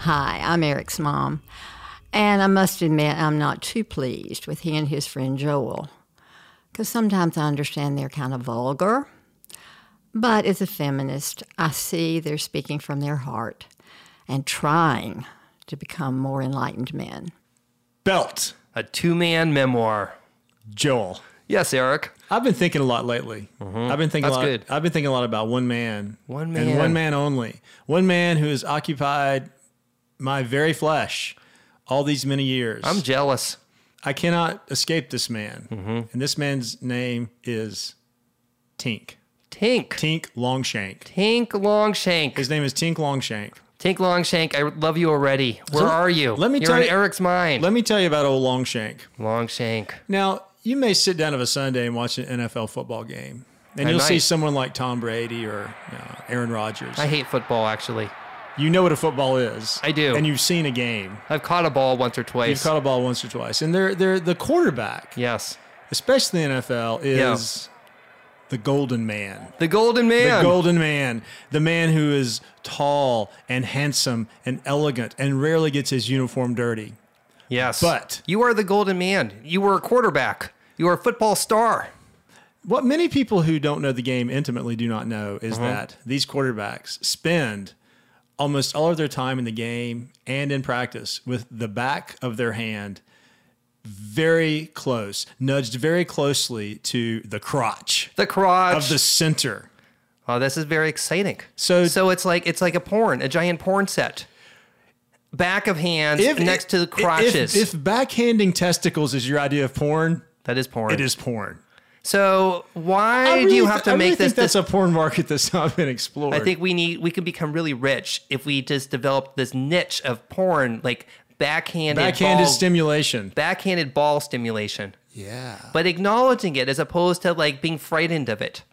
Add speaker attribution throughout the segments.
Speaker 1: Hi, I'm Eric's mom. And I must admit, I'm not too pleased with he and his friend Joel, because sometimes I understand they're kind of vulgar. But as a feminist, I see they're speaking from their heart and trying to become more enlightened men.
Speaker 2: Belt,
Speaker 3: A two man memoir.
Speaker 2: Joel.
Speaker 3: Yes, Eric.
Speaker 2: I've been thinking a lot lately. I've been thinking
Speaker 3: Mm-hmm. That's
Speaker 2: a lot.
Speaker 3: good.
Speaker 2: I've been thinking a lot about one man,
Speaker 3: One
Speaker 2: and
Speaker 3: man.
Speaker 2: one man only. One man who has occupied my very flesh all these many years.
Speaker 3: I'm Mm-hmm. jealous.
Speaker 2: I cannot escape this man, and this man's name is Tink.
Speaker 3: Tink.
Speaker 2: Tink Longshank.
Speaker 3: Tink Longshank.
Speaker 2: His name is Tink Longshank.
Speaker 3: Tink Longshank, I love you already. Where
Speaker 2: So,
Speaker 3: are you?
Speaker 2: let me
Speaker 3: You're
Speaker 2: tell
Speaker 3: in
Speaker 2: you-
Speaker 3: Eric's mind.
Speaker 2: Let me tell you about old Longshank.
Speaker 3: Longshank.
Speaker 2: Now, you may sit down of a Sunday and watch an NFL football game, and
Speaker 3: I
Speaker 2: you'll see
Speaker 3: might.
Speaker 2: someone like Tom Brady or you know, Aaron Rodgers.
Speaker 3: I hate football, actually.
Speaker 2: you know what a football is.
Speaker 3: I do.
Speaker 2: And you've seen a game.
Speaker 3: I've caught a ball once or twice.
Speaker 2: You've caught a ball once or twice, and they're they're the quarterback,
Speaker 3: yes.
Speaker 2: especially in the NFL, is the golden man.
Speaker 3: The Golden Man.
Speaker 2: The golden man, the man who is tall and handsome and elegant and rarely gets his uniform dirty.
Speaker 3: yes.
Speaker 2: But-
Speaker 3: you are the Golden Man. You were a quarterback. You were a football star.
Speaker 2: What many people who don't know the game intimately do not know is
Speaker 3: Uh-huh.
Speaker 2: that these quarterbacks spend almost all of their time in the game and in practice with the back of their hand very close, nudged very closely to the crotch
Speaker 3: The crotch.
Speaker 2: of the center.
Speaker 3: Oh, this is very exciting.
Speaker 2: So-
Speaker 3: so it's like it's like a porn, a giant porn set. Back of hands next to the
Speaker 2: if-
Speaker 3: crotches.
Speaker 2: If, backhanding testicles is your idea of porn,
Speaker 3: that is porn.
Speaker 2: it is porn.
Speaker 3: So why
Speaker 2: I
Speaker 3: do you
Speaker 2: really
Speaker 3: have
Speaker 2: th-
Speaker 3: to
Speaker 2: I
Speaker 3: make
Speaker 2: really
Speaker 3: this?
Speaker 2: Think that's
Speaker 3: this
Speaker 2: a porn market that's not been explored.
Speaker 3: I think we need we could become really rich if we just developed this niche of porn, like backhanded
Speaker 2: backhanded
Speaker 3: ball,
Speaker 2: stimulation.
Speaker 3: backhanded ball stimulation.
Speaker 2: Yeah.
Speaker 3: But acknowledging it as opposed to like being frightened of it.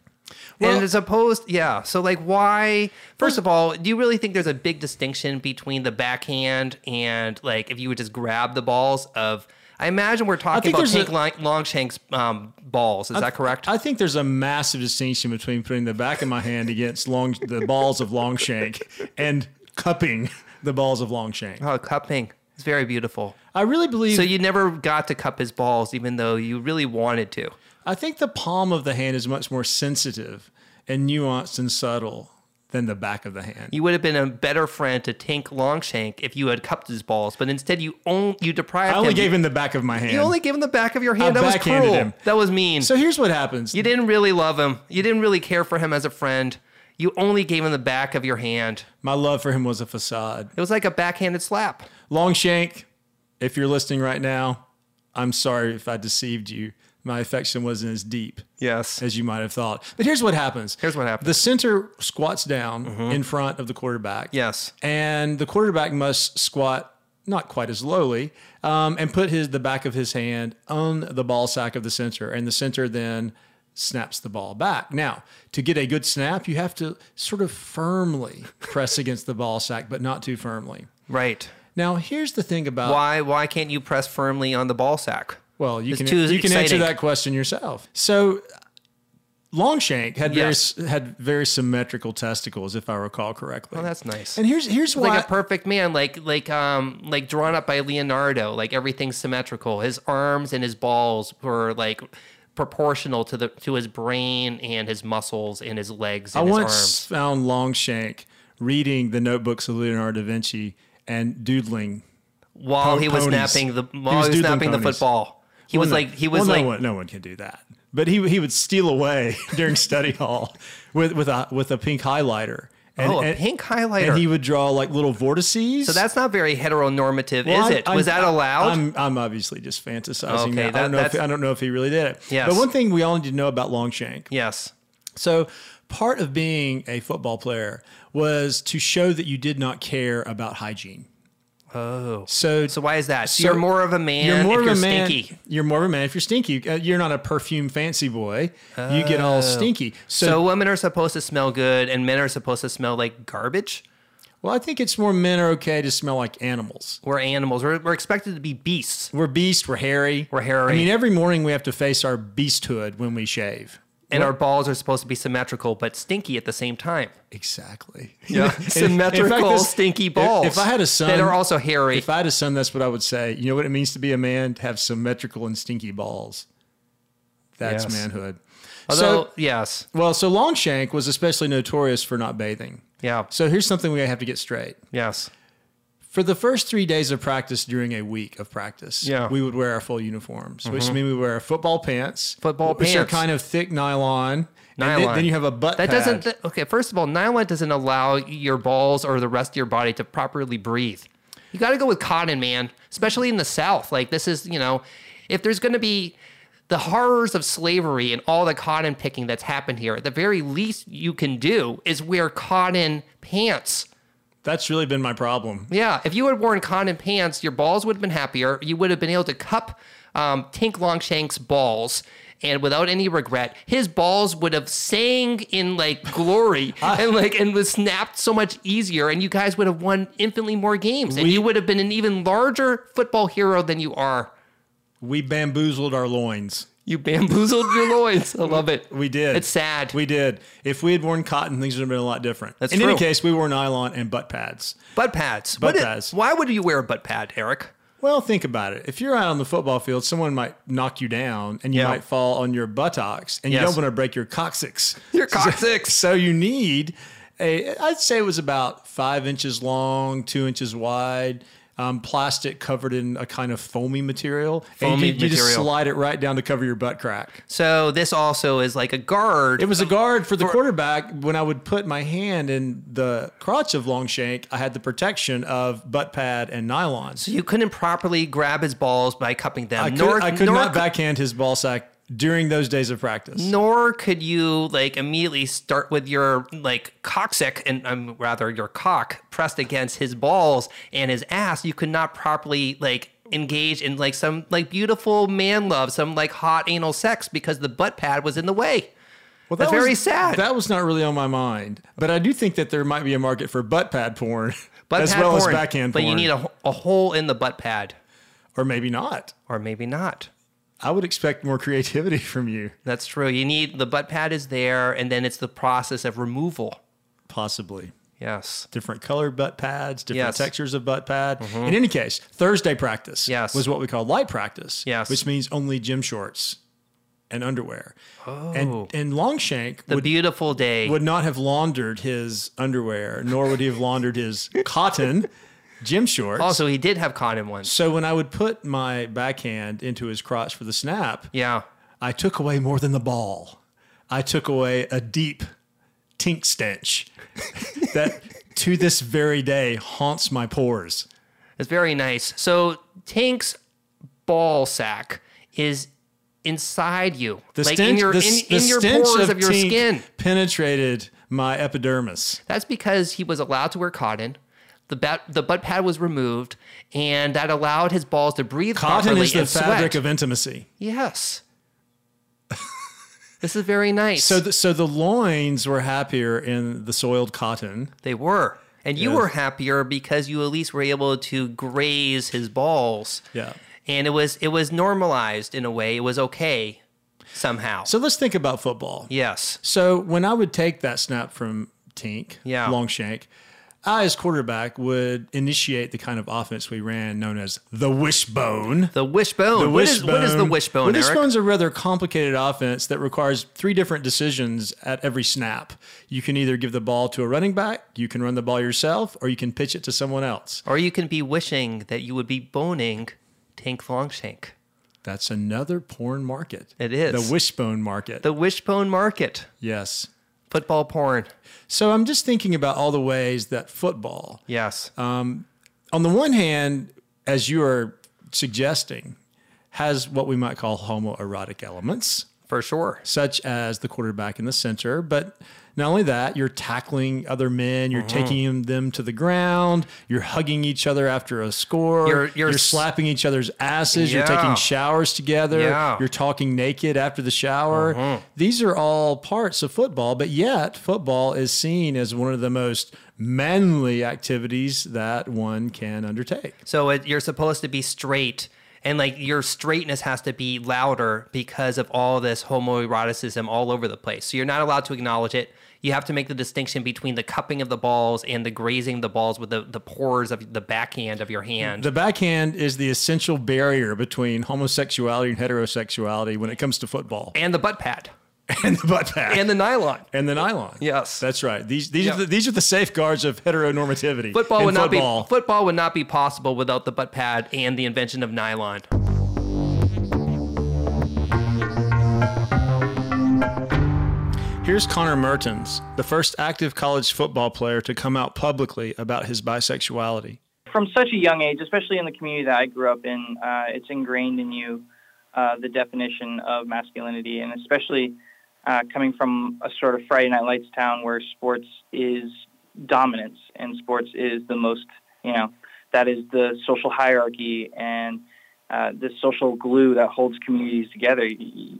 Speaker 2: Well-
Speaker 3: and as opposed, yeah. So like, why? First of all, do you really think there's a big distinction between the backhand and like if you would just grab the balls of? I imagine we're talking
Speaker 2: think
Speaker 3: about
Speaker 2: there's a-
Speaker 3: Tank Li- Longshank's um, balls. Is that correct?
Speaker 2: I think there's a massive distinction between putting the back of my hand against long the balls of Longshank and cupping the balls of Longshank.
Speaker 3: oh, cupping. It's very beautiful.
Speaker 2: I really believe.
Speaker 3: So you never got to cup his balls, even though you really wanted to.
Speaker 2: I think the palm of the hand is much more sensitive and nuanced and subtle than the back of the hand.
Speaker 3: You would have been a better friend to Tank Longshank if you had cupped his balls, but instead you only you deprived
Speaker 2: I only
Speaker 3: him.
Speaker 2: gave him the back of my hand.
Speaker 3: you only gave him the back of your hand.
Speaker 2: I
Speaker 3: that was
Speaker 2: backhanded
Speaker 3: cruel.
Speaker 2: him.
Speaker 3: That was mean.
Speaker 2: so here's what happens.
Speaker 3: you didn't really love him. You didn't really care for him as a friend. You only gave him the back of your hand.
Speaker 2: My love for him was a facade.
Speaker 3: It was like a backhanded slap.
Speaker 2: Longshank, if you're listening right now, I'm sorry if I deceived you. My affection wasn't as deep
Speaker 3: Yes.
Speaker 2: as you might have thought. But here's what happens.
Speaker 3: Here's what happens. Mm-hmm.
Speaker 2: The center squats down in front of the quarterback.
Speaker 3: Yes.
Speaker 2: And the quarterback must squat not quite as lowly um, and put his the back of his hand on the ball sack of the center. And the center then snaps the ball back. Now, to get a good snap, you have to sort of firmly press against the ball sack, but not too firmly.
Speaker 3: Right.
Speaker 2: Now, here's the thing about
Speaker 3: Why? Why can't you press firmly on the ball sack?
Speaker 2: well, you
Speaker 3: It's
Speaker 2: can
Speaker 3: too
Speaker 2: you can answer
Speaker 3: exciting.
Speaker 2: that question yourself. So, Longshank had
Speaker 3: Yes.
Speaker 2: very had very symmetrical testicles, if I recall correctly.
Speaker 3: Oh, that's nice.
Speaker 2: and here's here's
Speaker 3: It's
Speaker 2: why
Speaker 3: like a perfect man, like like um like drawn up by Leonardo, like everything's symmetrical. His arms and his balls were like proportional to the to his brain and his muscles and his legs
Speaker 2: I
Speaker 3: and his
Speaker 2: once
Speaker 3: arms.
Speaker 2: found Longshank reading the notebooks of Leonardo da Vinci and doodling.
Speaker 3: While
Speaker 2: po-
Speaker 3: he was
Speaker 2: ponies.
Speaker 3: snapping the
Speaker 2: He
Speaker 3: while he
Speaker 2: was
Speaker 3: was,
Speaker 2: doodling
Speaker 3: snapping the
Speaker 2: ponies.
Speaker 3: football. He was
Speaker 2: Well, no-
Speaker 3: like he was
Speaker 2: well,
Speaker 3: like
Speaker 2: no one, no one can do that. But he he would steal away during study hall with with a with a pink highlighter. And,
Speaker 3: Oh, a
Speaker 2: and-
Speaker 3: pink highlighter.
Speaker 2: And he would draw like little vortices.
Speaker 3: so that's not very heteronormative,
Speaker 2: Well,
Speaker 3: is
Speaker 2: I'm-
Speaker 3: it? Was
Speaker 2: I'm-
Speaker 3: that allowed?
Speaker 2: I'm, I'm obviously just fantasizing.
Speaker 3: Okay,
Speaker 2: now. I
Speaker 3: that-
Speaker 2: don't know. If,
Speaker 3: that's-
Speaker 2: I don't know if he really did it.
Speaker 3: Yes.
Speaker 2: But one thing we all need to know about Longshank.
Speaker 3: yes.
Speaker 2: So part of being a football player was to show that you did not care about hygiene. Oh. So
Speaker 3: So why is that? So you're more of a man
Speaker 2: You're more
Speaker 3: if
Speaker 2: of
Speaker 3: you're
Speaker 2: a man.
Speaker 3: stinky.
Speaker 2: You're more of a man if you're stinky. Uh, You're not a perfume fancy boy. you get all stinky.
Speaker 3: Oh. So,
Speaker 2: So,
Speaker 3: women are supposed to smell good and men are supposed to smell like garbage.
Speaker 2: well, I think it's more men are okay to smell like animals.
Speaker 3: We're animals. We're, we're expected to be beasts.
Speaker 2: We're beast. We're hairy.
Speaker 3: We're hairy.
Speaker 2: I mean, every morning we have to face our beasthood when we shave.
Speaker 3: and our balls are supposed to be symmetrical but stinky at the same time.
Speaker 2: Exactly.
Speaker 3: Yeah.
Speaker 2: In- in fact,
Speaker 3: Symmetrical, stinky
Speaker 2: if-
Speaker 3: balls
Speaker 2: If, I had a son,
Speaker 3: that are also hairy.
Speaker 2: If I had a son, that's what I would say. You know what it means to be a man? To have symmetrical and stinky balls. That's
Speaker 3: Yes.
Speaker 2: manhood.
Speaker 3: Although,
Speaker 2: so,
Speaker 3: yes,
Speaker 2: well, so Longshank was especially notorious for not bathing.
Speaker 3: yeah,
Speaker 2: So here's something we have to get straight.
Speaker 3: yes,
Speaker 2: For the first three days of practice during a week of practice,
Speaker 3: Yeah. Mm-hmm.
Speaker 2: we would wear our full uniforms, which mean we wear our football pants,
Speaker 3: Football
Speaker 2: which are
Speaker 3: pants.
Speaker 2: kind of thick nylon. And
Speaker 3: nylon.
Speaker 2: then, then you have a butt.
Speaker 3: that
Speaker 2: pad.
Speaker 3: doesn't. okay, first of all, nylon doesn't allow your balls or the rest of your body to properly breathe. You got to go with cotton, man. Especially in the South, like this is you know, if there's going to be the horrors of slavery and all the cotton picking that's happened here, the very least you can do is wear cotton pants.
Speaker 2: That's really been my problem.
Speaker 3: Yeah, if you had worn cotton pants, your balls would have been happier. You would have been able to cup um, Tink Longshank's balls, and without any regret, his balls would have sang in like glory and like and was snapped so much easier. And you guys would have won infinitely more games, and you would have been an even larger football hero than you are.
Speaker 2: We bamboozled our loins.
Speaker 3: You bamboozled your loins. I love it.
Speaker 2: We did.
Speaker 3: It's sad.
Speaker 2: We did. If we had worn cotton, things would have been a lot different.
Speaker 3: That's
Speaker 2: In any
Speaker 3: true.
Speaker 2: case, we wore nylon and butt pads.
Speaker 3: butt pads.
Speaker 2: Butt
Speaker 3: What i-
Speaker 2: pads.
Speaker 3: why would you wear a butt pad, Eric?
Speaker 2: Well, think about it. If you're out on the football field, someone might knock you down and you
Speaker 3: Yeah.
Speaker 2: might fall on your buttocks and you
Speaker 3: Yes.
Speaker 2: don't want to break your coccyx.
Speaker 3: Your
Speaker 2: So-
Speaker 3: coccyx.
Speaker 2: So, you need a, I'd say it was about five inches long, two inches wide. Um, plastic covered in a kind of foamy material. and
Speaker 3: Foamy
Speaker 2: you, you just
Speaker 3: material.
Speaker 2: slide it right down to cover your butt crack.
Speaker 3: So this also is like a guard.
Speaker 2: It was a guard for the quarterback. When I would put my hand in the crotch of Longshank, I had the protection of butt pad and nylon.
Speaker 3: You couldn't properly grab his balls by cupping them.
Speaker 2: I could,
Speaker 3: nor,
Speaker 2: I could
Speaker 3: nor,
Speaker 2: not backhand his ball sack during those days of practice.
Speaker 3: nor could you like immediately start with your like coccyx and um, rather your cock pressed against his balls and his ass. You could not properly like engage in like some like beautiful man love, some like hot anal sex because the butt pad was in the way.
Speaker 2: Well,
Speaker 3: that's
Speaker 2: that was-
Speaker 3: very sad.
Speaker 2: That was not really on my mind, but I do think that there might be a market for butt pad porn
Speaker 3: Butt
Speaker 2: as
Speaker 3: pad
Speaker 2: well
Speaker 3: porn,
Speaker 2: as backhand
Speaker 3: but
Speaker 2: porn,
Speaker 3: you need a, a hole in the butt pad,
Speaker 2: or maybe not.
Speaker 3: or maybe not.
Speaker 2: I would expect more creativity from you,
Speaker 3: That's true. You need the butt pad is there, and then it's the process of removal.
Speaker 2: possibly.
Speaker 3: Yes.
Speaker 2: Different colored butt pads, different
Speaker 3: Yes. Mm-hmm.
Speaker 2: textures of butt pad. In any case, Thursday practice
Speaker 3: Yes.
Speaker 2: was what we call light practice,
Speaker 3: Yes.
Speaker 2: which means only gym shorts and underwear. Oh. And, and Longshank
Speaker 3: The
Speaker 2: would
Speaker 3: beautiful day.
Speaker 2: would not have laundered his underwear, nor would he have laundered his cotton gym shorts.
Speaker 3: also, he did have cotton ones.
Speaker 2: so when I would put my backhand into his crotch for the snap,
Speaker 3: Yeah.
Speaker 2: I took away more than the ball. I took away a deep tink stench that to this very day haunts my pores.
Speaker 3: It's very nice. So Tank's ball sack is inside you.
Speaker 2: The
Speaker 3: like
Speaker 2: stench,
Speaker 3: in your
Speaker 2: the,
Speaker 3: in,
Speaker 2: the
Speaker 3: in your
Speaker 2: stench
Speaker 3: pores
Speaker 2: of,
Speaker 3: of, your
Speaker 2: tink
Speaker 3: skin.
Speaker 2: penetrated my epidermis.
Speaker 3: That's because he was allowed to wear cotton. The bat, the butt pad was removed, and that allowed his balls to breathe
Speaker 2: Cotton
Speaker 3: properly
Speaker 2: is the
Speaker 3: and sweat.
Speaker 2: fabric of intimacy.
Speaker 3: yes. this is very nice.
Speaker 2: So, the, so the loins were happier in the soiled cotton.
Speaker 3: they were. And you
Speaker 2: Yes.
Speaker 3: were happier because you at least were able to graze his balls.
Speaker 2: Yeah.
Speaker 3: and it was it was normalized in a way. It was okay somehow.
Speaker 2: So let's think about football.
Speaker 3: yes,
Speaker 2: So when I would take that snap from Tink,
Speaker 3: Yeah.
Speaker 2: Longshank, I as quarterback would initiate the kind of offense we ran known as the wishbone.
Speaker 3: the wishbone.
Speaker 2: The
Speaker 3: What is- what is the wishbone, Eric?
Speaker 2: Wishbone's a rather complicated offense that requires three different decisions at every snap. You can either give the ball to a running back, you can run the ball yourself, or you can pitch it to someone else.
Speaker 3: Or you can be wishing that you would be boning Tank Longshank.
Speaker 2: That's another porn market.
Speaker 3: It is.
Speaker 2: The wishbone market.
Speaker 3: The wishbone market,
Speaker 2: yes.
Speaker 3: football porn.
Speaker 2: So I'm just thinking about all the ways that football,
Speaker 3: Yes,
Speaker 2: on the one hand, as you are suggesting, has what we might call homoerotic elements,
Speaker 3: for sure.
Speaker 2: such as the quarterback in the center. But not only that, you're tackling other men,
Speaker 3: Mm-hmm.
Speaker 2: you're taking them to the ground, you're hugging each other after a score,
Speaker 3: You're- you're s-
Speaker 2: slapping each other's asses, you're
Speaker 3: Yeah.
Speaker 2: taking showers together,
Speaker 3: Yeah. Mm-hmm.
Speaker 2: you're talking naked after the shower. These are all parts of football, but yet football is seen as one of the most manly activities that one can undertake.
Speaker 3: So it, you're supposed to be straight and like your straightness has to be louder because of all this homoeroticism all over the place. So you're not allowed to acknowledge it. You have to make the distinction between the cupping of the balls and the grazing the balls with the, the pores of the backhand of your hand.
Speaker 2: The backhand is the essential barrier between homosexuality and heterosexuality when it comes to football
Speaker 3: and the butt pad
Speaker 2: and the butt pad
Speaker 3: and the nylon.
Speaker 2: and the nylon.
Speaker 3: Yes.
Speaker 2: that's right. These these
Speaker 3: Yeah.
Speaker 2: are the, these are the safeguards of heteronormativity.
Speaker 3: Football
Speaker 2: in
Speaker 3: would not
Speaker 2: football.
Speaker 3: be football would not be possible without the butt pad and the invention of nylon.
Speaker 2: Here's Connor Mertens, the first active college football player to come out publicly about his bisexuality.
Speaker 4: from such a young age, especially in the community that I grew up in, uh, it's ingrained in you uh, the definition of masculinity, and especially uh, coming from a sort of Friday Night Lights town where sports is dominance and sports is the most, you know, that is the social hierarchy and uh, the social glue that holds communities together. Y- y-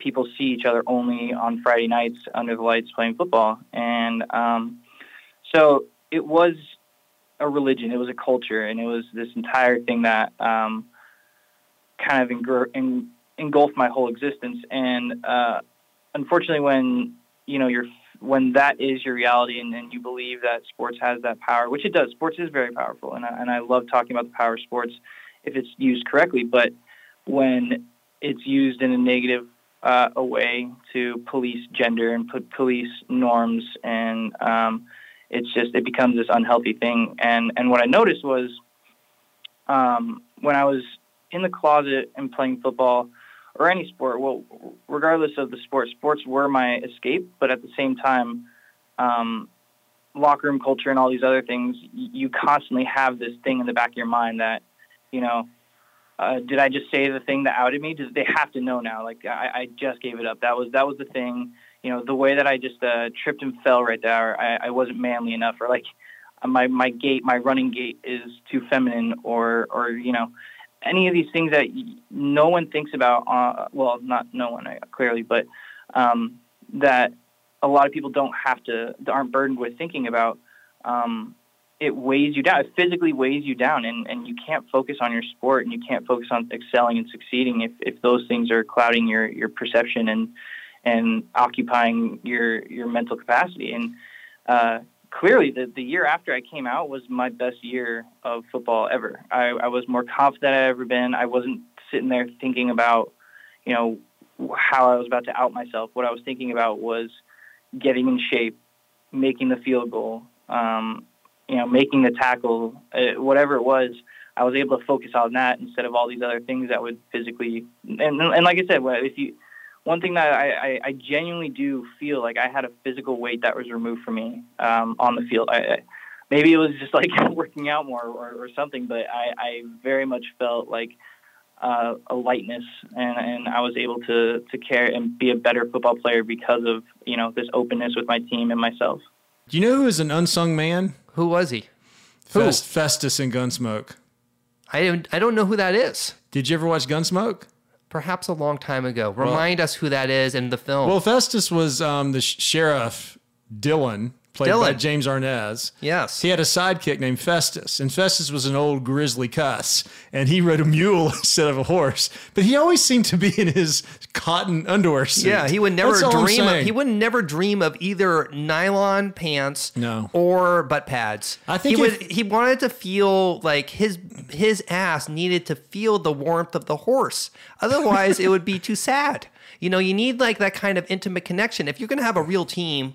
Speaker 4: People see each other only on Friday nights under the lights playing football, and um, so it was a religion. It was a culture, and it was this entire thing that um, kind of engr- en- engulfed my whole existence. And uh, unfortunately, when you know you're when that is your reality, and, and you believe that sports has that power, which it does. Sports is very powerful, and I, and I love talking about the power of sports if it's used correctly. But when it's used in a negative uh, a way to police gender and put police norms and um, it's just it becomes this unhealthy thing. And and what I noticed was um, when I was in the closet and playing football or any sport, well, regardless of the sport, sports were my escape. But at the same time, um, locker room culture and all these other things, y- you constantly have this thing in the back of your mind that you know. Uh, did I just say the thing that outed me? Does they have to know now? Like I, I just gave it up. That was that was the thing you know, the way that I just uh, tripped and fell right there, I, I wasn't manly enough, or like my my gait, my running gait is too feminine, or or you know, any of these things that y- no one thinks about. Uh, well, not no one uh, clearly, but um, that a lot of people don't have to aren't burdened with thinking about. Um, it weighs you down. It physically weighs you down, and, and you can't focus on your sport, and you can't focus on excelling and succeeding if, if those things are clouding your, your perception and and occupying your your mental capacity. And uh, clearly, the the year after I came out was my best year of football ever. I, I was more confident I'd ever been. I wasn't sitting there thinking about, you know, how I was about to out myself. What I was thinking about was getting in shape, making the field goal, um, you know, making the tackle, uh, whatever it was. I was able to focus on that instead of all these other things that would physically. And, and like I said, if you one thing that I, I, I genuinely do feel like I had a physical weight that was removed from me um, on the field. I, I, maybe it was just like working out more or, or something, but I, I very much felt like uh, a lightness, and, and I was able to to care and be a better football player because of you know this openness with my team and myself.
Speaker 2: Do you know who is an unsung man?
Speaker 3: Who was he?
Speaker 2: Fest, Festus in Gunsmoke.
Speaker 3: I don't I don't know who that is.
Speaker 2: Did you ever watch Gunsmoke?
Speaker 3: Perhaps a long time ago. Remind us who that is in the film.
Speaker 2: Well, Festus was um, the sh- sheriff Dylan, played by
Speaker 3: Dylan.
Speaker 2: James Arnaz.
Speaker 3: Yes.
Speaker 2: He had a sidekick named Festus, and Festus was an old grizzly cuss, and he rode a mule instead of a horse. But he always seemed to be in his cotton underwear suit.
Speaker 3: Yeah, he would never
Speaker 2: That's all I'm
Speaker 3: dream. Of,
Speaker 2: saying.
Speaker 3: he would never dream of either nylon pants,
Speaker 2: No.
Speaker 3: or butt pads.
Speaker 2: I think
Speaker 3: he
Speaker 2: if-
Speaker 3: would. He wanted to feel like his his ass needed to feel the warmth of the horse. Otherwise, it would be too sad. You know, you need like that kind of intimate connection. If you're gonna have a real team,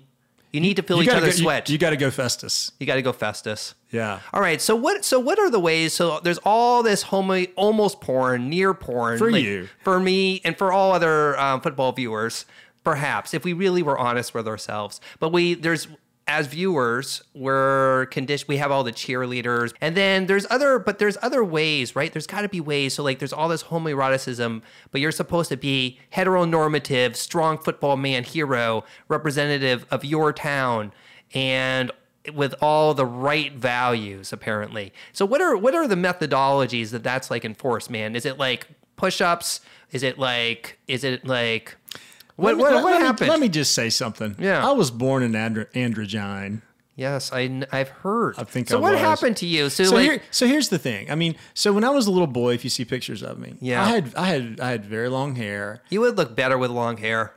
Speaker 3: you need to feel
Speaker 2: You
Speaker 3: each
Speaker 2: gotta
Speaker 3: other's
Speaker 2: go- you-
Speaker 3: sweat.
Speaker 2: You, got to go Festus.
Speaker 3: you got to go Festus.
Speaker 2: Yeah.
Speaker 3: All right. So what? So what are the ways? So there's all this homo, almost porn, near porn
Speaker 2: For you.
Speaker 3: for me, and for all other um, football viewers. Perhaps if we really were honest with ourselves, but we there's as viewers we're conditioned. We have all the cheerleaders, and then there's other, but there's other ways, right? There's got to be ways. So like there's all this homoeroticism, but you're supposed to be heteronormative, strong football man, hero, representative of your town, and with all the right values apparently so what are what are the methodologies that that's like enforced man is it like push-ups is it like is it like what
Speaker 2: Let me-
Speaker 3: what,
Speaker 2: let
Speaker 3: what
Speaker 2: me-
Speaker 3: happened
Speaker 2: let me just say something.
Speaker 3: Yeah.
Speaker 2: I was born in Andra- androgyne.
Speaker 3: Yes, I, kn- I've heard.
Speaker 2: I think
Speaker 3: so.
Speaker 2: I
Speaker 3: what
Speaker 2: was.
Speaker 3: happened to you? So,
Speaker 2: So
Speaker 3: like,
Speaker 2: here, so here's the thing. I mean, so when I was a little boy, if you see pictures of me,
Speaker 3: Yeah.
Speaker 2: I had I had I had very long hair.
Speaker 3: you would look better with long hair.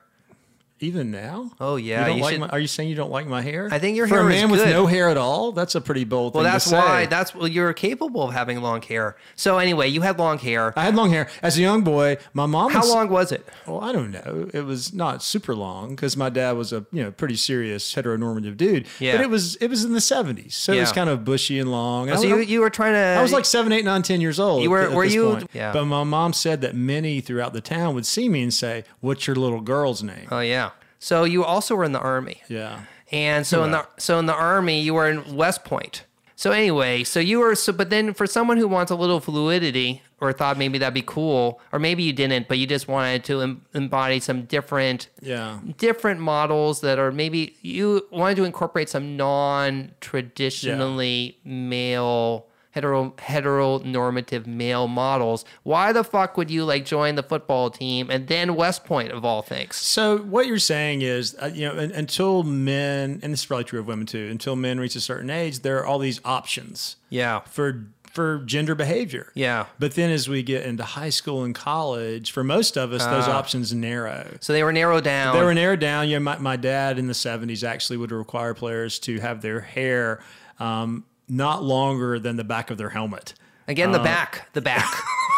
Speaker 2: Even now,
Speaker 3: Oh, yeah,
Speaker 2: you don't
Speaker 3: you
Speaker 2: like
Speaker 3: should-
Speaker 2: my, are you saying you don't like my hair?
Speaker 3: I think your
Speaker 2: For
Speaker 3: hair
Speaker 2: a
Speaker 3: is
Speaker 2: man with
Speaker 3: good.
Speaker 2: no hair at all. That's a pretty bold
Speaker 3: Well,
Speaker 2: thing
Speaker 3: that's
Speaker 2: to say.
Speaker 3: why. That's well, you're capable of having long hair. So anyway, you had long hair.
Speaker 2: I had long hair as a young boy. My mom.
Speaker 3: How
Speaker 2: would s-
Speaker 3: long was it?
Speaker 2: Well, I don't know. It was not super long because my dad was a you know pretty serious heteronormative dude.
Speaker 3: Yeah.
Speaker 2: But it was it was in the seventies, so it was
Speaker 3: Yeah.
Speaker 2: kind of bushy and long. And
Speaker 3: So
Speaker 2: I-
Speaker 3: you,
Speaker 2: I-
Speaker 3: you were trying to.
Speaker 2: I was like seven, eight, nine, ten years old.
Speaker 3: You were-
Speaker 2: at thi- at
Speaker 3: were
Speaker 2: this
Speaker 3: you-
Speaker 2: point.
Speaker 3: yeah.
Speaker 2: But my mom said that many throughout the town would see me and say, "What's your little girl's name?"
Speaker 3: Oh yeah. So you also were in the army.
Speaker 2: yeah.
Speaker 3: And so in the so in the army, you were in West Point. So anyway, so you were so, but then for someone who wants a little fluidity, or thought maybe that'd be cool, or maybe you didn't, but you just wanted to em- embody some different
Speaker 2: Yeah.
Speaker 3: different models that are maybe you wanted to incorporate some non-traditionally male hetero heteronormative male models why the fuck would you like join the football team and then west point of all things
Speaker 2: So what you're saying is, uh, you know, un- until men, and this is probably true of women too, until men reach a certain age, there are all these options
Speaker 3: yeah
Speaker 2: for for gender behavior.
Speaker 3: yeah
Speaker 2: But then as we get into high school and college, for most of us,
Speaker 3: Ah.
Speaker 2: those options narrow.
Speaker 3: so they were narrowed down
Speaker 2: They were narrowed down. You know, my, my dad in the 70s actually would require players to have their hair um, not longer than the back of their helmet.
Speaker 3: again the back the back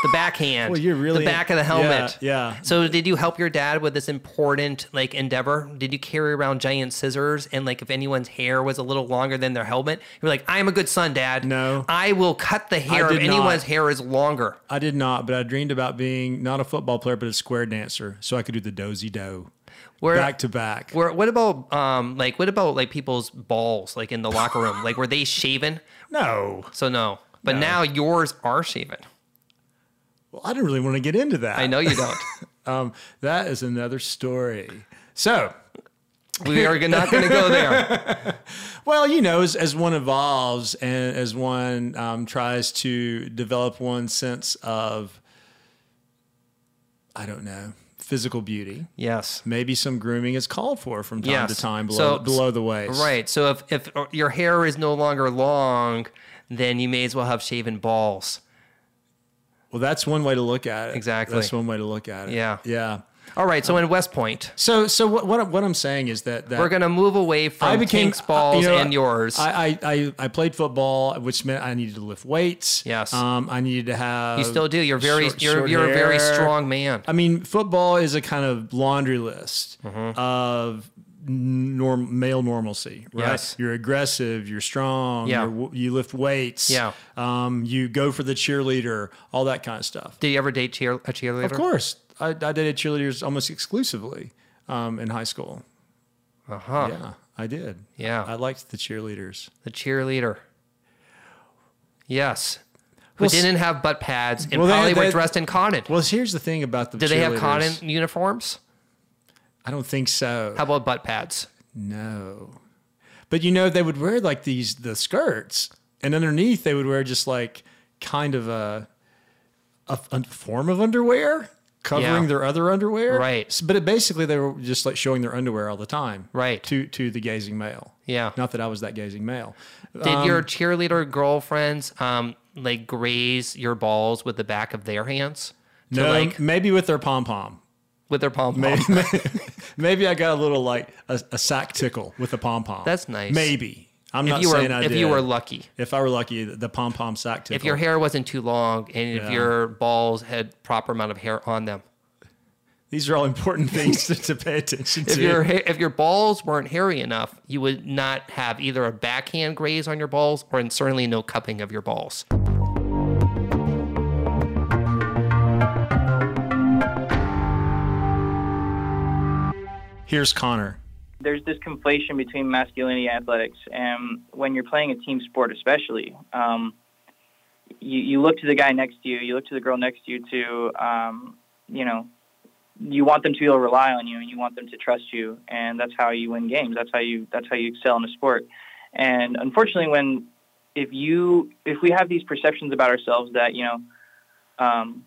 Speaker 3: the backhand
Speaker 2: Uh, Well, you're really-
Speaker 3: the back of the helmet
Speaker 2: yeah, yeah.
Speaker 3: so did you help your dad with this important like endeavor did you carry around giant scissors and like if anyone's hair was a little longer than their helmet you're like i'm a good son dad
Speaker 2: No.
Speaker 3: i will cut the hair if
Speaker 2: did not.
Speaker 3: anyone's hair is longer
Speaker 2: I did not, but I dreamed about being not a football player, but a square dancer so I could do the dozy do
Speaker 3: where
Speaker 2: back to back.
Speaker 3: where, what about um like what about like people's balls like in the locker room like were they shaven
Speaker 2: No.
Speaker 3: so no but now yours are shaven
Speaker 2: Well, I didn't really want to get into that.
Speaker 3: i know you don't
Speaker 2: Um, that is another story. So,
Speaker 3: we are not going to go there
Speaker 2: Well, you know, as, as one evolves and as one um, tries to develop one's sense of, I don't know, physical beauty,
Speaker 3: yes
Speaker 2: maybe some grooming is called for from time
Speaker 3: Yes.
Speaker 2: to time below,
Speaker 3: So-
Speaker 2: below the waist.
Speaker 3: Right. So if, if uh, your hair is no longer long, then you may as well have shaven balls.
Speaker 2: Well, that's one way to look at it.
Speaker 3: Exactly.
Speaker 2: That's one way to look at it.
Speaker 3: Yeah.
Speaker 2: Yeah.
Speaker 3: All right. So in West Point,
Speaker 2: So, so what, what, I'm- what I'm saying is that, that
Speaker 3: we're going to move away from I Kink's balls
Speaker 2: uh, you know,
Speaker 3: and yours.
Speaker 2: I, I, I, I played football, which meant I needed to lift weights.
Speaker 3: Yes.
Speaker 2: Um, I needed to have.
Speaker 3: you still do. You're very
Speaker 2: short-
Speaker 3: you're,
Speaker 2: short
Speaker 3: you're a very
Speaker 2: hair.
Speaker 3: strong man.
Speaker 2: I mean, football is a kind of laundry list
Speaker 3: Mm-hmm.
Speaker 2: of norm, male normalcy, right?
Speaker 3: Yes.
Speaker 2: You're aggressive, you're strong,
Speaker 3: Yeah.
Speaker 2: you're, you lift weights,
Speaker 3: Yeah.
Speaker 2: um, you go for the cheerleader, all that kind of stuff.
Speaker 3: Did you ever date cheer, a cheerleader?
Speaker 2: Of course, I, I dated cheerleaders almost exclusively um, in high school.
Speaker 3: Uh huh.
Speaker 2: Yeah, I did.
Speaker 3: Yeah.
Speaker 2: I liked the cheerleaders.
Speaker 3: The cheerleader. Yes. Who
Speaker 2: Well, s-
Speaker 3: didn't have butt pads and
Speaker 2: Well, they-
Speaker 3: probably were
Speaker 2: they-
Speaker 3: dressed in cotton.
Speaker 2: Well, here's the thing about the
Speaker 3: Did they have
Speaker 2: cheerleaders.
Speaker 3: cotton uniforms?
Speaker 2: I don't think so.
Speaker 3: How about butt pads?
Speaker 2: No. But you know, they would wear like these the skirts, and underneath they would wear just like kind of a a, a form of underwear covering
Speaker 3: Yeah.
Speaker 2: their other underwear.
Speaker 3: Right.
Speaker 2: S- But it, basically, they were just like showing their underwear all the time.
Speaker 3: Right.
Speaker 2: To to the gazing male.
Speaker 3: Yeah.
Speaker 2: Not that I was that gazing male.
Speaker 3: Did your
Speaker 2: Um,
Speaker 3: cheerleader girlfriends um like graze your balls with the back of their hands? To,
Speaker 2: No,
Speaker 3: like
Speaker 2: maybe with their pom pom.
Speaker 3: with their pom pom.
Speaker 2: Maybe, maybe I got a little like a, a sack tickle with a pom pom.
Speaker 3: That's nice.
Speaker 2: Maybe. I'm
Speaker 3: If
Speaker 2: not
Speaker 3: you were
Speaker 2: saying I
Speaker 3: if
Speaker 2: did.
Speaker 3: you were lucky.
Speaker 2: if I were lucky, the pom pom sack tickle.
Speaker 3: If your hair wasn't too long and if
Speaker 2: Yeah.
Speaker 3: your balls had proper amount of hair on them.
Speaker 2: These are all important things to, to pay attention
Speaker 3: If
Speaker 2: to.
Speaker 3: your ha- if your balls weren't hairy enough, you would not have either a backhand graze on your balls or and certainly no cupping of your balls.
Speaker 2: Here's Connor.
Speaker 4: there's this conflation between masculinity and athletics, and when you're playing a team sport, especially, um, you, you look to the guy next to you, you look to the girl next to you to, um, you know, you want them to be able to rely on you, and you want them to trust you, and that's how you win games. That's how you that's how you excel in a sport. And unfortunately, when if you if we have these perceptions about ourselves that you know, um,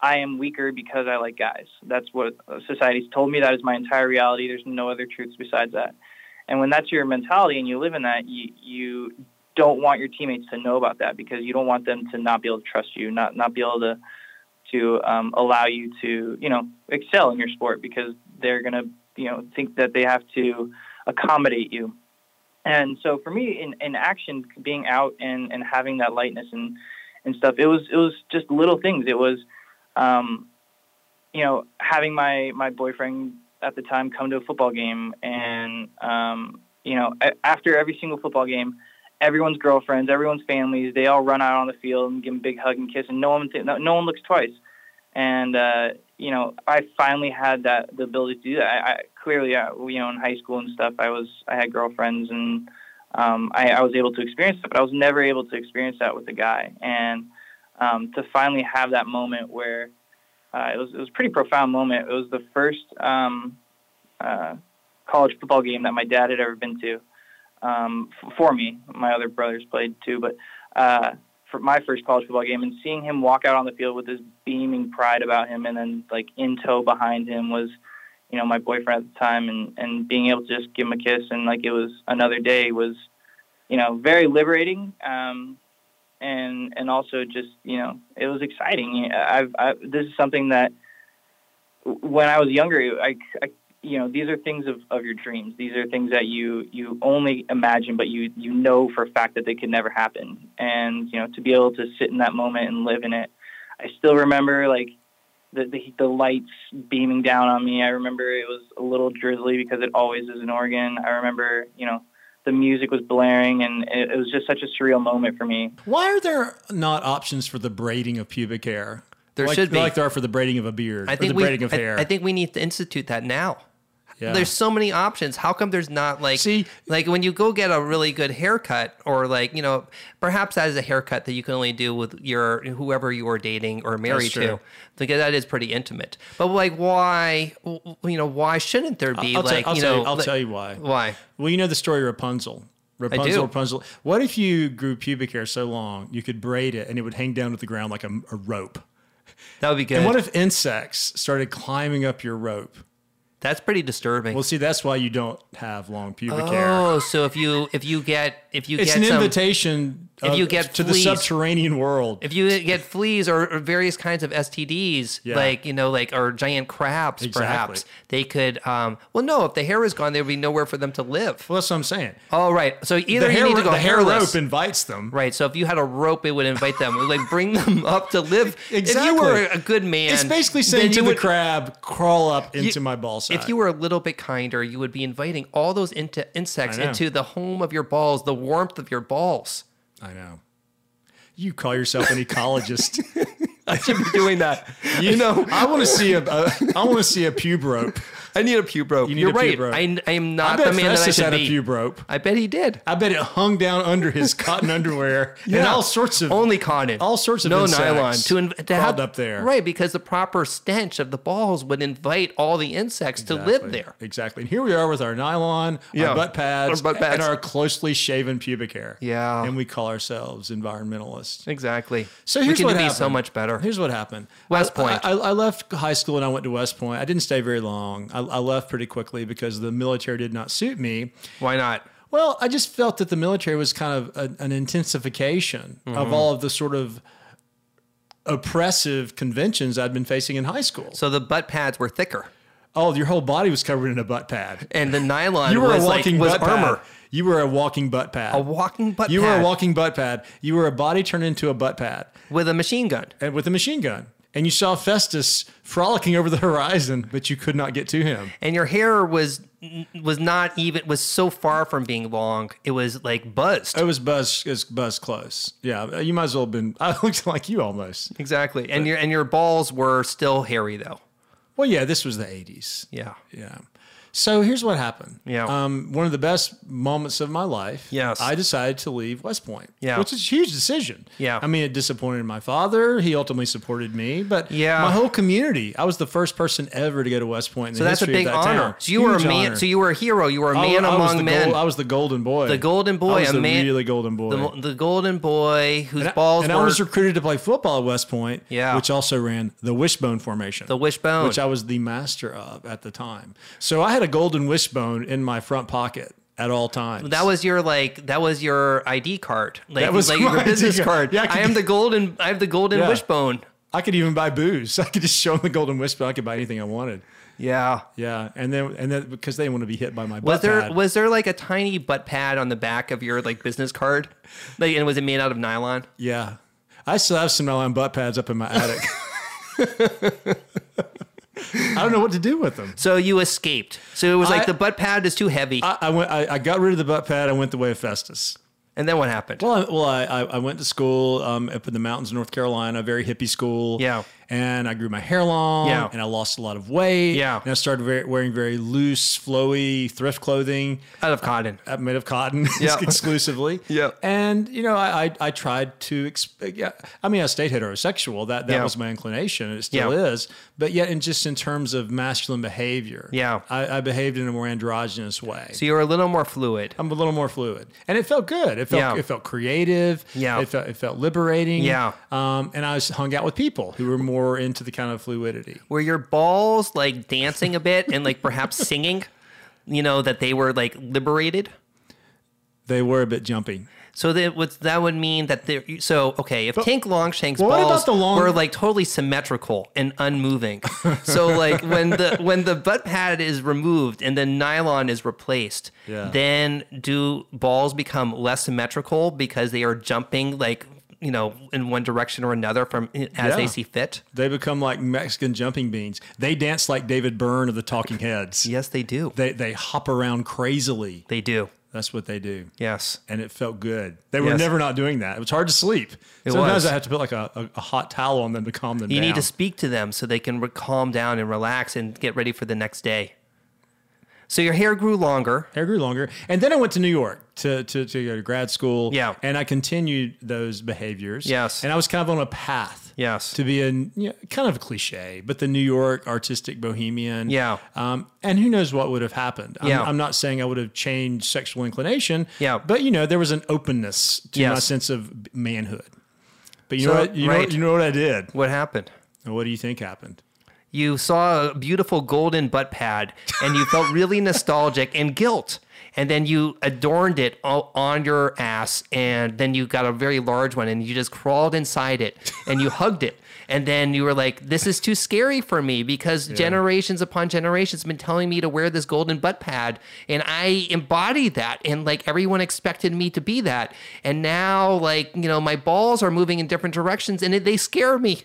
Speaker 4: I am weaker because I like guys. That's what society's told me. That is my entire reality. There's no other truths besides that. And when that's your mentality and you live in that, you, you don't want your teammates to know about that because you don't want them to not be able to trust you, not not be able to to um, allow you to you know excel in your sport because they're gonna you know think that they have to accommodate you. And so for me, in, in action, being out and, and having that lightness and and stuff, it was it was just little things. It was um, you know having my my boyfriend at the time come to a football game and um, you know a- after every single football game everyone's girlfriends, everyone's families, they all run out on the field and give them a big hug and kiss, and no one th- no, no one looks twice. And uh, you know, I finally had that the ability to do that. I, I clearly, uh, you know, in high school and stuff, I was I had girlfriends and um, I, I was able to experience that, but I was never able to experience that with a guy. And um, to finally have that moment where uh, it was it was a pretty profound moment. It was the first um, uh, college football game that my dad had ever been to um, f- for me. My other brothers played too, but uh, for my first college football game and seeing him walk out on the field with this beaming pride about him, and then like in tow behind him was, you know, my boyfriend at the time, and and being able to just give him a kiss and like it was another day was, you know, very liberating. Um, and and also just you know it was exciting. I've I, this is something that when I was younger, I, I you know these are things of, of your dreams these are things that you you only imagine but you you know for a fact that they could never happen and you know to be able to sit in that moment and live in it i still remember like the the, the lights beaming down on me i remember it was a little drizzly because it always is in oregon i remember you know the music was blaring and it, it was just such a surreal moment for me
Speaker 2: Why are there not options for the braiding of pubic hair?
Speaker 3: There
Speaker 2: like,
Speaker 3: should be.
Speaker 2: Like there are for the braiding of a beard
Speaker 3: I
Speaker 2: or
Speaker 3: think
Speaker 2: the
Speaker 3: we.
Speaker 2: braiding of
Speaker 3: I,
Speaker 2: hair.
Speaker 3: I think we need to institute that now.
Speaker 2: Yeah.
Speaker 3: There's so many options. How come there's not like
Speaker 2: See-
Speaker 3: like when you go get a really good haircut or like you know perhaps that is a haircut that you can only do with your whoever you are dating or married to
Speaker 2: true.
Speaker 3: because that is pretty intimate. But like why w- w- you know why shouldn't there be
Speaker 2: I'll, tell-
Speaker 3: like
Speaker 2: I'll
Speaker 3: you
Speaker 2: tell
Speaker 3: know
Speaker 2: you, I'll
Speaker 3: like-
Speaker 2: tell you why.
Speaker 3: why
Speaker 2: Well, you know the story of Rapunzel. Rapunzel,
Speaker 3: do.
Speaker 2: Rapunzel. What if you grew pubic hair so long you could braid it and it would hang down to the ground like a, a rope?
Speaker 3: that would be good.
Speaker 2: And what if insects started climbing up your rope?
Speaker 3: That's pretty disturbing.
Speaker 2: Well, see, that's why you don't have long pubic hair.
Speaker 3: oh, so if you if you get if you
Speaker 2: It's
Speaker 3: get
Speaker 2: an
Speaker 3: some,
Speaker 2: invitation
Speaker 3: if
Speaker 2: of-
Speaker 3: you get
Speaker 2: to
Speaker 3: fleas-
Speaker 2: the subterranean world.
Speaker 3: if you get fleas or, or various kinds of STDs,
Speaker 2: Yeah.
Speaker 3: like you know, like or giant crabs, perhaps
Speaker 2: Exactly.
Speaker 3: they could. Um, well, no, if the hair is gone, there would be nowhere for them to live.
Speaker 2: well, that's what I'm saying.
Speaker 3: All right, so
Speaker 2: the
Speaker 3: either you
Speaker 2: hair,
Speaker 3: need to go
Speaker 2: the hair
Speaker 3: hairless.
Speaker 2: rope invites them.
Speaker 3: Right, so if you had a rope, it would invite them, It would, like bring them up to live. If you were
Speaker 2: Exactly.
Speaker 3: a good man,
Speaker 2: It's basically
Speaker 3: then
Speaker 2: saying
Speaker 3: you
Speaker 2: to the
Speaker 3: would-
Speaker 2: crab, crawl up into my ball sack.
Speaker 3: If you were a little bit kinder, you would be inviting all those into insects
Speaker 2: I know.
Speaker 3: into the home of your balls, the warmth of your balls.
Speaker 2: I know. You call yourself an ecologist.
Speaker 3: I should be doing that. you know,
Speaker 2: I want to see a, a I want to see a pube rope.
Speaker 3: I need a pube rope.
Speaker 2: You need
Speaker 3: are
Speaker 2: a pube
Speaker 3: right.
Speaker 2: rope.
Speaker 3: I, I am
Speaker 2: I
Speaker 3: not the
Speaker 2: bet
Speaker 3: man
Speaker 2: Festus
Speaker 3: that I
Speaker 2: had a
Speaker 3: should be.
Speaker 2: pube rope.
Speaker 3: I bet he did.
Speaker 2: I bet it hung down under his cotton underwear and all sorts of
Speaker 3: only cotton,
Speaker 2: all sorts of
Speaker 3: no
Speaker 2: insects
Speaker 3: nylon to, inv- to
Speaker 2: crawled
Speaker 3: have
Speaker 2: up there.
Speaker 3: right because the proper stench of the balls would invite all the insects to live
Speaker 2: Exactly.
Speaker 3: there.
Speaker 2: Exactly. And here we are with our nylon,
Speaker 3: Yeah.
Speaker 2: our, butt pads,
Speaker 3: Our butt pads.
Speaker 2: and our closely shaven pubic hair.
Speaker 3: Yeah.
Speaker 2: And we call ourselves environmentalists.
Speaker 3: Exactly.
Speaker 2: So
Speaker 3: we
Speaker 2: here's
Speaker 3: can
Speaker 2: what
Speaker 3: be
Speaker 2: happened.
Speaker 3: so much better.
Speaker 2: Here's what happened.
Speaker 3: West
Speaker 2: I-
Speaker 3: Point.
Speaker 2: I, I left high school and I went to West Point. I didn't stay very long. I, I left pretty quickly because the military did not suit me.
Speaker 3: Why not?
Speaker 2: Well, I just felt that the military was kind of a, an intensification of
Speaker 3: Mm-hmm.
Speaker 2: all of the sort of oppressive conventions I'd been facing in high school.
Speaker 3: So the butt pads were thicker,
Speaker 2: oh, your whole body was covered in a butt pad.
Speaker 3: and the nylon
Speaker 2: You were
Speaker 3: was
Speaker 2: a walking
Speaker 3: like, was
Speaker 2: butt pad.
Speaker 3: armor.
Speaker 2: You were a walking butt pad.
Speaker 3: A walking butt
Speaker 2: you
Speaker 3: pad
Speaker 2: were a walking butt pad. You were a body turned into a butt pad.
Speaker 3: with a machine gun.
Speaker 2: and with a machine gun. And you saw Festus frolicking over the horizon, but you could not get to him.
Speaker 3: and your hair was was not even was so far from being long it was like buzzed
Speaker 2: It was buzz, it was buzz close. Yeah, you might as well have been. I looked like you almost.
Speaker 3: exactly and your and your balls were still hairy though
Speaker 2: Well, yeah, this was the '80s.
Speaker 3: yeah
Speaker 2: Yeah. So here's what happened.
Speaker 3: Yeah.
Speaker 2: Um, one of the best moments of my life.
Speaker 3: Yes.
Speaker 2: I decided to leave West Point.
Speaker 3: Yeah.
Speaker 2: Which is a huge decision.
Speaker 3: Yeah.
Speaker 2: I mean, it disappointed my father. He ultimately supported me, but
Speaker 3: Yeah.
Speaker 2: my whole community. I was the first person ever to go to West Point. In
Speaker 3: so
Speaker 2: the
Speaker 3: that's a
Speaker 2: history
Speaker 3: big
Speaker 2: of that
Speaker 3: honor
Speaker 2: Town.
Speaker 3: so you were a
Speaker 2: Huge
Speaker 3: man
Speaker 2: honor.
Speaker 3: so you were a hero you were a man
Speaker 2: was
Speaker 3: among
Speaker 2: the
Speaker 3: men
Speaker 2: gold- I was the golden boy.
Speaker 3: The golden boy,
Speaker 2: I was
Speaker 3: a
Speaker 2: the
Speaker 3: man-
Speaker 2: really golden boy.
Speaker 3: the, mo- the golden boy whose
Speaker 2: and I-
Speaker 3: balls
Speaker 2: and I
Speaker 3: were
Speaker 2: was recruited to play football at West Point,
Speaker 3: Yeah.
Speaker 2: which also ran the wishbone formation,
Speaker 3: the wishbone
Speaker 2: which I was the master of at the time. So I had a golden wishbone in my front pocket. at all times.
Speaker 3: That was your like that was your ID card. Like,
Speaker 2: That was
Speaker 3: like
Speaker 2: my
Speaker 3: your
Speaker 2: ID
Speaker 3: business
Speaker 2: card.
Speaker 3: card.
Speaker 2: Yeah, I
Speaker 3: I,
Speaker 2: could-
Speaker 3: am the golden I have the golden
Speaker 2: Yeah.
Speaker 3: wishbone.
Speaker 2: I could even buy booze. I could just show them the golden whisper. I could buy anything I wanted.
Speaker 3: Yeah.
Speaker 2: Yeah, and then and then because they want to be hit by my butt
Speaker 3: Was there
Speaker 2: pad.
Speaker 3: was there like a tiny butt pad on the back of your like business card? Like and was it made out of nylon?
Speaker 2: yeah, I still have some nylon butt pads up in my attic. I don't know what to do with them.
Speaker 3: So you escaped. So it was like
Speaker 2: I-
Speaker 3: the butt pad is too heavy.
Speaker 2: I, I went. I, I got rid of the butt pad. I went the way of Festus.
Speaker 3: and then what happened?
Speaker 2: Well, I, well, I, I I went to school um, up in the mountains of North Carolina, very hippie school.
Speaker 3: Yeah.
Speaker 2: And I grew my hair long.
Speaker 3: Yeah.
Speaker 2: And I lost a lot of weight.
Speaker 3: Yeah.
Speaker 2: And I started very, wearing very loose, flowy thrift clothing
Speaker 3: out of cotton.
Speaker 2: uh, made of cotton
Speaker 3: Yeah.
Speaker 2: exclusively.
Speaker 3: Yeah.
Speaker 2: And, you know, I, I, I tried to, exp- yeah, I mean, I stayed heterosexual. That, that
Speaker 3: Yeah.
Speaker 2: was my inclination. and It still
Speaker 3: Yeah.
Speaker 2: is. But yet, in just in terms of masculine behavior,
Speaker 3: Yeah.
Speaker 2: I, I behaved in a more androgynous way.
Speaker 3: So you were a little more fluid.
Speaker 2: I'm a little more fluid, and it felt good. It felt
Speaker 3: Yeah.
Speaker 2: it felt creative.
Speaker 3: Yeah.
Speaker 2: it felt, it felt liberating.
Speaker 3: Yeah.
Speaker 2: um, and I was hung out with people who were more into the kind of fluidity.
Speaker 3: Were your balls like dancing a bit and like perhaps singing? You know that they were like liberated.
Speaker 2: They were a bit jumpy.
Speaker 3: So that would that would mean that there. So okay, if Tank Longshank's
Speaker 2: what about
Speaker 3: balls
Speaker 2: the long-
Speaker 3: were like totally symmetrical and unmoving, so like when the when the butt pad is removed and the nylon is replaced,
Speaker 2: Yeah.
Speaker 3: then do balls become less symmetrical because they are jumping like you know in one direction or another from as
Speaker 2: Yeah.
Speaker 3: they see fit?
Speaker 2: They become like Mexican jumping beans. They dance like David Byrne of the Talking Heads.
Speaker 3: Yes, they do.
Speaker 2: They they hop around crazily.
Speaker 3: They do.
Speaker 2: That's what they do.
Speaker 3: Yes.
Speaker 2: And it felt good. They were
Speaker 3: Yes.
Speaker 2: never not doing that. It was hard to sleep.
Speaker 3: It
Speaker 2: Sometimes
Speaker 3: was.
Speaker 2: I had to put like a, a, a hot towel on them to calm them
Speaker 3: You
Speaker 2: down.
Speaker 3: need to speak to them so they can re- calm down and relax and get ready for the next day. So your hair grew longer.
Speaker 2: hair grew longer. And then I went to New York to, to, to go to grad school.
Speaker 3: Yeah.
Speaker 2: And I continued those behaviors.
Speaker 3: Yes.
Speaker 2: And I was kind of on a path.
Speaker 3: Yes.
Speaker 2: To be a you know, kind of a cliche, but the New York artistic bohemian.
Speaker 3: Yeah.
Speaker 2: Um, and who knows what would have happened. I'm,
Speaker 3: Yeah.
Speaker 2: I'm not saying I would have changed sexual inclination.
Speaker 3: Yeah.
Speaker 2: But, you know, there was an openness to my
Speaker 3: Yes.
Speaker 2: sense of manhood. But you
Speaker 3: So-
Speaker 2: know what? You,
Speaker 3: right.
Speaker 2: know, you know what I did?
Speaker 3: What happened?
Speaker 2: And what do you think happened?
Speaker 3: You saw a beautiful golden butt pad and you felt really nostalgic and guilt. And then you adorned it all on your ass. And then you got a very large one and you just crawled inside it and you hugged it. And then you were like, this is too scary for me because generations upon generations have been telling me to wear this golden butt pad. And I embodied that. And like everyone expected me to be that. And now, like, you know, my balls are moving in different directions and it, they scare me.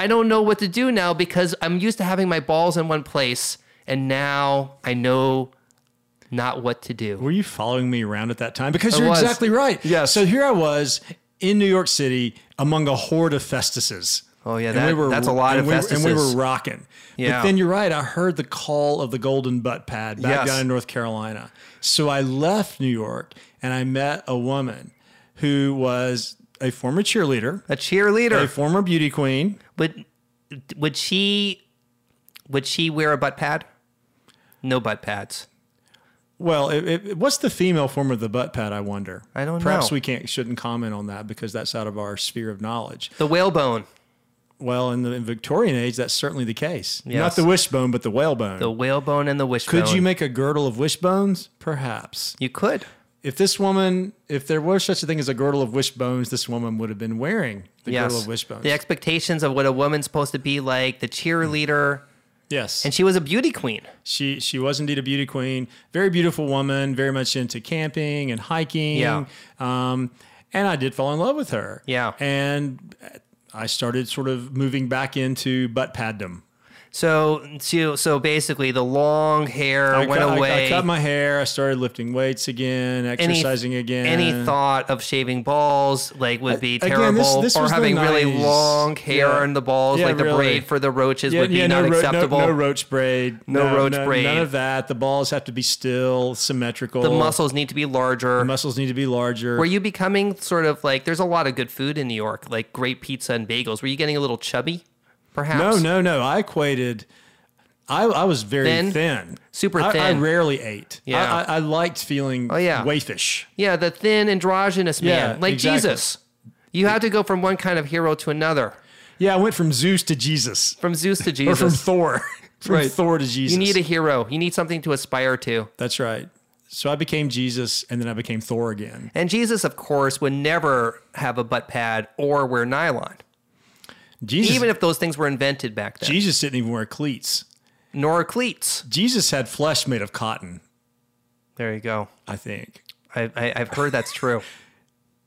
Speaker 3: I don't know what to do now because I'm used to having my balls in one place and now I know not what to do.
Speaker 2: Were you following me around at that time? Because
Speaker 3: I
Speaker 2: you're
Speaker 3: was.
Speaker 2: exactly right.
Speaker 3: Yes.
Speaker 2: So here I was in New York City among a horde of Festuses.
Speaker 3: Oh, yeah,
Speaker 2: And
Speaker 3: that- that's a lot
Speaker 2: and
Speaker 3: of
Speaker 2: we, And we were
Speaker 3: Festuses.
Speaker 2: rocking. But
Speaker 3: Yeah.
Speaker 2: then you're right. I heard the call of the Golden Butt Pad back
Speaker 3: Yes.
Speaker 2: down in North Carolina. So I left New York and I met a woman who was a former cheerleader,
Speaker 3: A
Speaker 2: a
Speaker 3: cheerleader
Speaker 2: former beauty queen.
Speaker 3: would would she would she wear a butt pad? No butt pads.
Speaker 2: Well, it, it, what's the female form of the butt pad? I wonder.
Speaker 3: I don't
Speaker 2: Perhaps
Speaker 3: know.
Speaker 2: we can't shouldn't comment on that because that's out of our sphere of knowledge.
Speaker 3: The whalebone,
Speaker 2: Well, in the Victorian age, that's certainely the case. Not
Speaker 3: Yes.
Speaker 2: the wishbone, but the whalebone.
Speaker 3: the whalebone and the wishbone.
Speaker 2: could you make a girdle of wishbones? Perhaps.
Speaker 3: You could.
Speaker 2: If this woman, if there were such a thing as a girdle of wishbones, this woman would have been wearing the
Speaker 3: Yes.
Speaker 2: girdle of wishbones.
Speaker 3: The expectations of what a woman's supposed to be like, the cheerleader,
Speaker 2: yes.
Speaker 3: and she was a beauty queen.
Speaker 2: She she was indeed a beauty queen, very beautiful woman, very much into camping and hiking.
Speaker 3: Yeah.
Speaker 2: Um, and I did fall in love with her.
Speaker 3: Yeah.
Speaker 2: And I started sort of moving back into butt paddom.
Speaker 3: So, so, so basically, the long hair
Speaker 2: I
Speaker 3: went
Speaker 2: cut, I-
Speaker 3: away.
Speaker 2: I, cut my hair. I started lifting weights again, exercising again.
Speaker 3: Any thought of shaving balls like would be
Speaker 2: Again,
Speaker 3: terrible,
Speaker 2: this- this
Speaker 3: or
Speaker 2: was the
Speaker 3: having really
Speaker 2: 90s.
Speaker 3: long hair
Speaker 2: Yeah.
Speaker 3: on the balls,
Speaker 2: Yeah,
Speaker 3: like the
Speaker 2: really.
Speaker 3: braid for the roaches,
Speaker 2: Yeah,
Speaker 3: would be
Speaker 2: yeah,
Speaker 3: not
Speaker 2: no, ro- no,
Speaker 3: acceptable.
Speaker 2: no roach braid.
Speaker 3: No roach
Speaker 2: None
Speaker 3: braid.
Speaker 2: of that. The balls have to be still, symmetrical.
Speaker 3: the muscles need to be larger.
Speaker 2: The muscles need to be larger.
Speaker 3: were you becoming sort of like? There's a lot of good food in New York, like great pizza and bagels. Were you getting a little chubby, perhaps?
Speaker 2: No, no, no. I equated. I, I was very thin,
Speaker 3: Thin? Super
Speaker 2: I- I
Speaker 3: thin.
Speaker 2: rarely ate. I-
Speaker 3: Yeah.
Speaker 2: I, I, liked feeling. Oh
Speaker 3: yeah.
Speaker 2: waifish.
Speaker 3: Yeah, the thin androgynous man,
Speaker 2: Yeah,
Speaker 3: like
Speaker 2: exactly.
Speaker 3: Jesus. You had to go from one kind of hero to another,
Speaker 2: Yeah, I went from Zeus to Jesus,
Speaker 3: from Zeus to
Speaker 2: or
Speaker 3: Jesus.
Speaker 2: from Thor, from
Speaker 3: Right.
Speaker 2: Thor to Jesus.
Speaker 3: you need a hero. You need something to aspire to.
Speaker 2: That's right. So I became Jesus, and then I became Thor again.
Speaker 3: And Jesus, of course, would never have a butt pad or wear nylon,
Speaker 2: Jesus,
Speaker 3: even if those things were invented back then.
Speaker 2: Jesus didn't even wear cleats.
Speaker 3: Nor cleats.
Speaker 2: Jesus had flesh made of cotton.
Speaker 3: There you go.
Speaker 2: I think.
Speaker 3: I, I, I've heard that's true.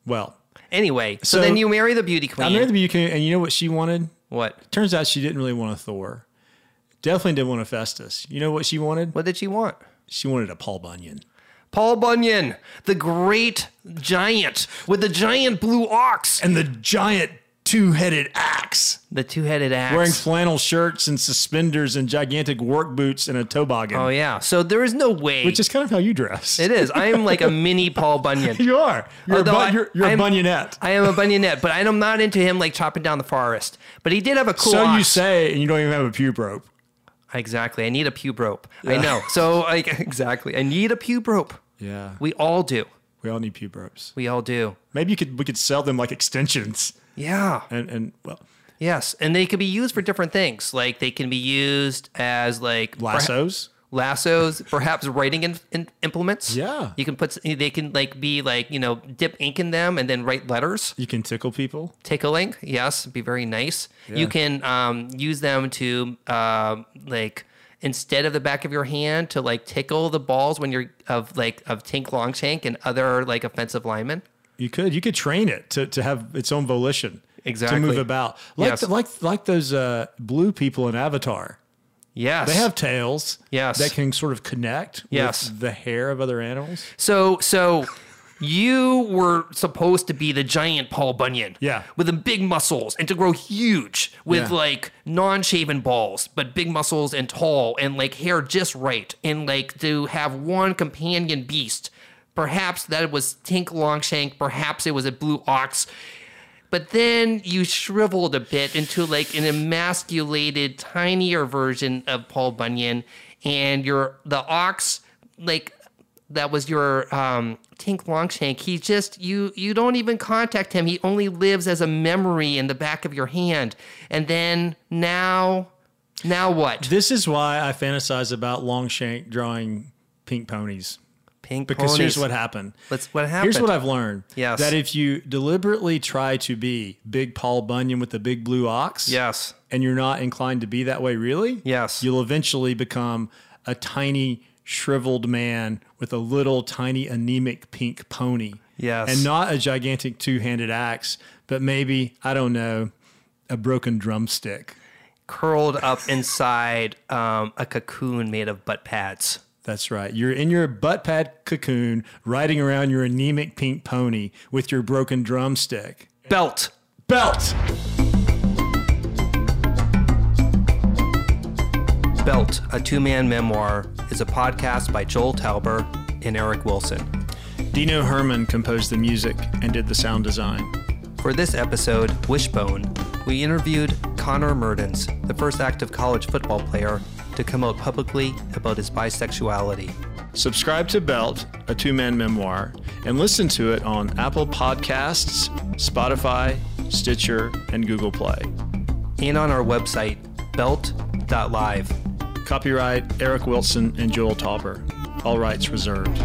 Speaker 2: Well,
Speaker 3: Anyway, so,
Speaker 2: So-
Speaker 3: then you marry the beauty
Speaker 2: I
Speaker 3: queen.
Speaker 2: married the UK, and you know what she wanted?
Speaker 3: what?
Speaker 2: Turns out she didn't really want a Thor. Definitely didn't want a Festus. You know what she wanted?
Speaker 3: What did she want?
Speaker 2: She wanted a Paul Bunyan.
Speaker 3: Paul Bunyan, the great giant with the giant blue ox,
Speaker 2: And the giant two headed axe.
Speaker 3: the two-headed axe.
Speaker 2: Wearing flannel shirts and suspenders and gigantic work boots and a toboggan.
Speaker 3: oh yeah. So there is no way.
Speaker 2: Which is kind of how you dress.
Speaker 3: it is. I am like a mini Paul Bunyan.
Speaker 2: You are. You're
Speaker 3: Although
Speaker 2: a, bun-
Speaker 3: I-
Speaker 2: you're, you're a
Speaker 3: I'm-
Speaker 2: bunionette.
Speaker 3: I am a bunyanette, but I am not into him like chopping down the forest. But he did have a cool.
Speaker 2: so you
Speaker 3: ox.
Speaker 2: say, and you don't even have a pube rope.
Speaker 3: Exactly. I need a pube rope. I know. So I, exactly. I need a pube rope.
Speaker 2: Yeah. We,
Speaker 3: We all do.
Speaker 2: all need pube ropes.
Speaker 3: We all do.
Speaker 2: Maybe you could we could sell them like extensions.
Speaker 3: Yeah.
Speaker 2: And and well,
Speaker 3: Yes, and they can be used for different things. Like they can be used as like perha-
Speaker 2: lassos.
Speaker 3: lassos, perhaps writing in, in implements.
Speaker 2: Yeah.
Speaker 3: you can put. s- They can like be like you know dip ink in them and then write letters.
Speaker 2: You can tickle people.
Speaker 3: Tickling, yes, be very nice. You can um, use them to um like instead of the back of your hand to like tickle the balls when you're of like of Tink Longshank and other like offensive linemen.
Speaker 2: You could. You could train it to, to have its own volition.
Speaker 3: Exactly.
Speaker 2: To move about. Like
Speaker 3: Yes.
Speaker 2: the- like like those uh, blue people in Avatar.
Speaker 3: Yes,
Speaker 2: They have tails.
Speaker 3: Yes.
Speaker 2: That can sort of connect
Speaker 3: Yes.
Speaker 2: with the hair of other animals.
Speaker 3: So so you were supposed to be the giant Paul Bunyan.
Speaker 2: Yeah.
Speaker 3: With the big muscles and to grow huge with
Speaker 2: Yeah.
Speaker 3: like non-shaven balls, but big muscles and tall and like hair just right and like to have one companion beast. Perhaps that was Tink Longshank, perhaps it was a blue ox. But then you shriveled a bit into like an emasculated, tinier version of Paul Bunyan, and your the ox like that was your um, Tink Longshank. He just you you don't even contact him. He only lives as a memory in the back of your hand. And then now, now what?
Speaker 2: This is why I fantasize about Longshank drawing pink ponies.
Speaker 3: Pink
Speaker 2: Because
Speaker 3: ponies.
Speaker 2: here's what happened.
Speaker 3: Let's- what
Speaker 2: Here's
Speaker 3: happened?
Speaker 2: what I've learned.
Speaker 3: Yes.
Speaker 2: That if you deliberately try to be big Paul Bunyan with the big blue ox,
Speaker 3: Yes.
Speaker 2: and you're not inclined to be that way really,
Speaker 3: Yes.
Speaker 2: you'll eventually become a tiny shriveled man with a little tiny anemic pink pony.
Speaker 3: Yes.
Speaker 2: And not a gigantic two-handed axe, but maybe, I don't know, a broken drumstick.
Speaker 3: Curled up inside um, a cocoon made of butt pads.
Speaker 2: That's right. You're in your butt pad cocoon, riding around your anemic pink pony with your broken drumstick.
Speaker 3: Belt.
Speaker 2: Belt!
Speaker 3: Belt, a two man memoir, is a podcast by Joel Tauber and Eric Wilson.
Speaker 2: Dino Herman composed the music and did the sound design.
Speaker 3: For this episode, Wishbone, we interviewed Connor Mertens, the first active college football player to come out publicly about his bisexuality.
Speaker 2: Subscribe to Belt, a two man memoir, and listen to it on Apple Podcasts, Spotify, Stitcher, and Google Play.
Speaker 3: And on our website, belt.live.
Speaker 2: Copyright Eric Wilson and Joel Tauber. All rights reserved.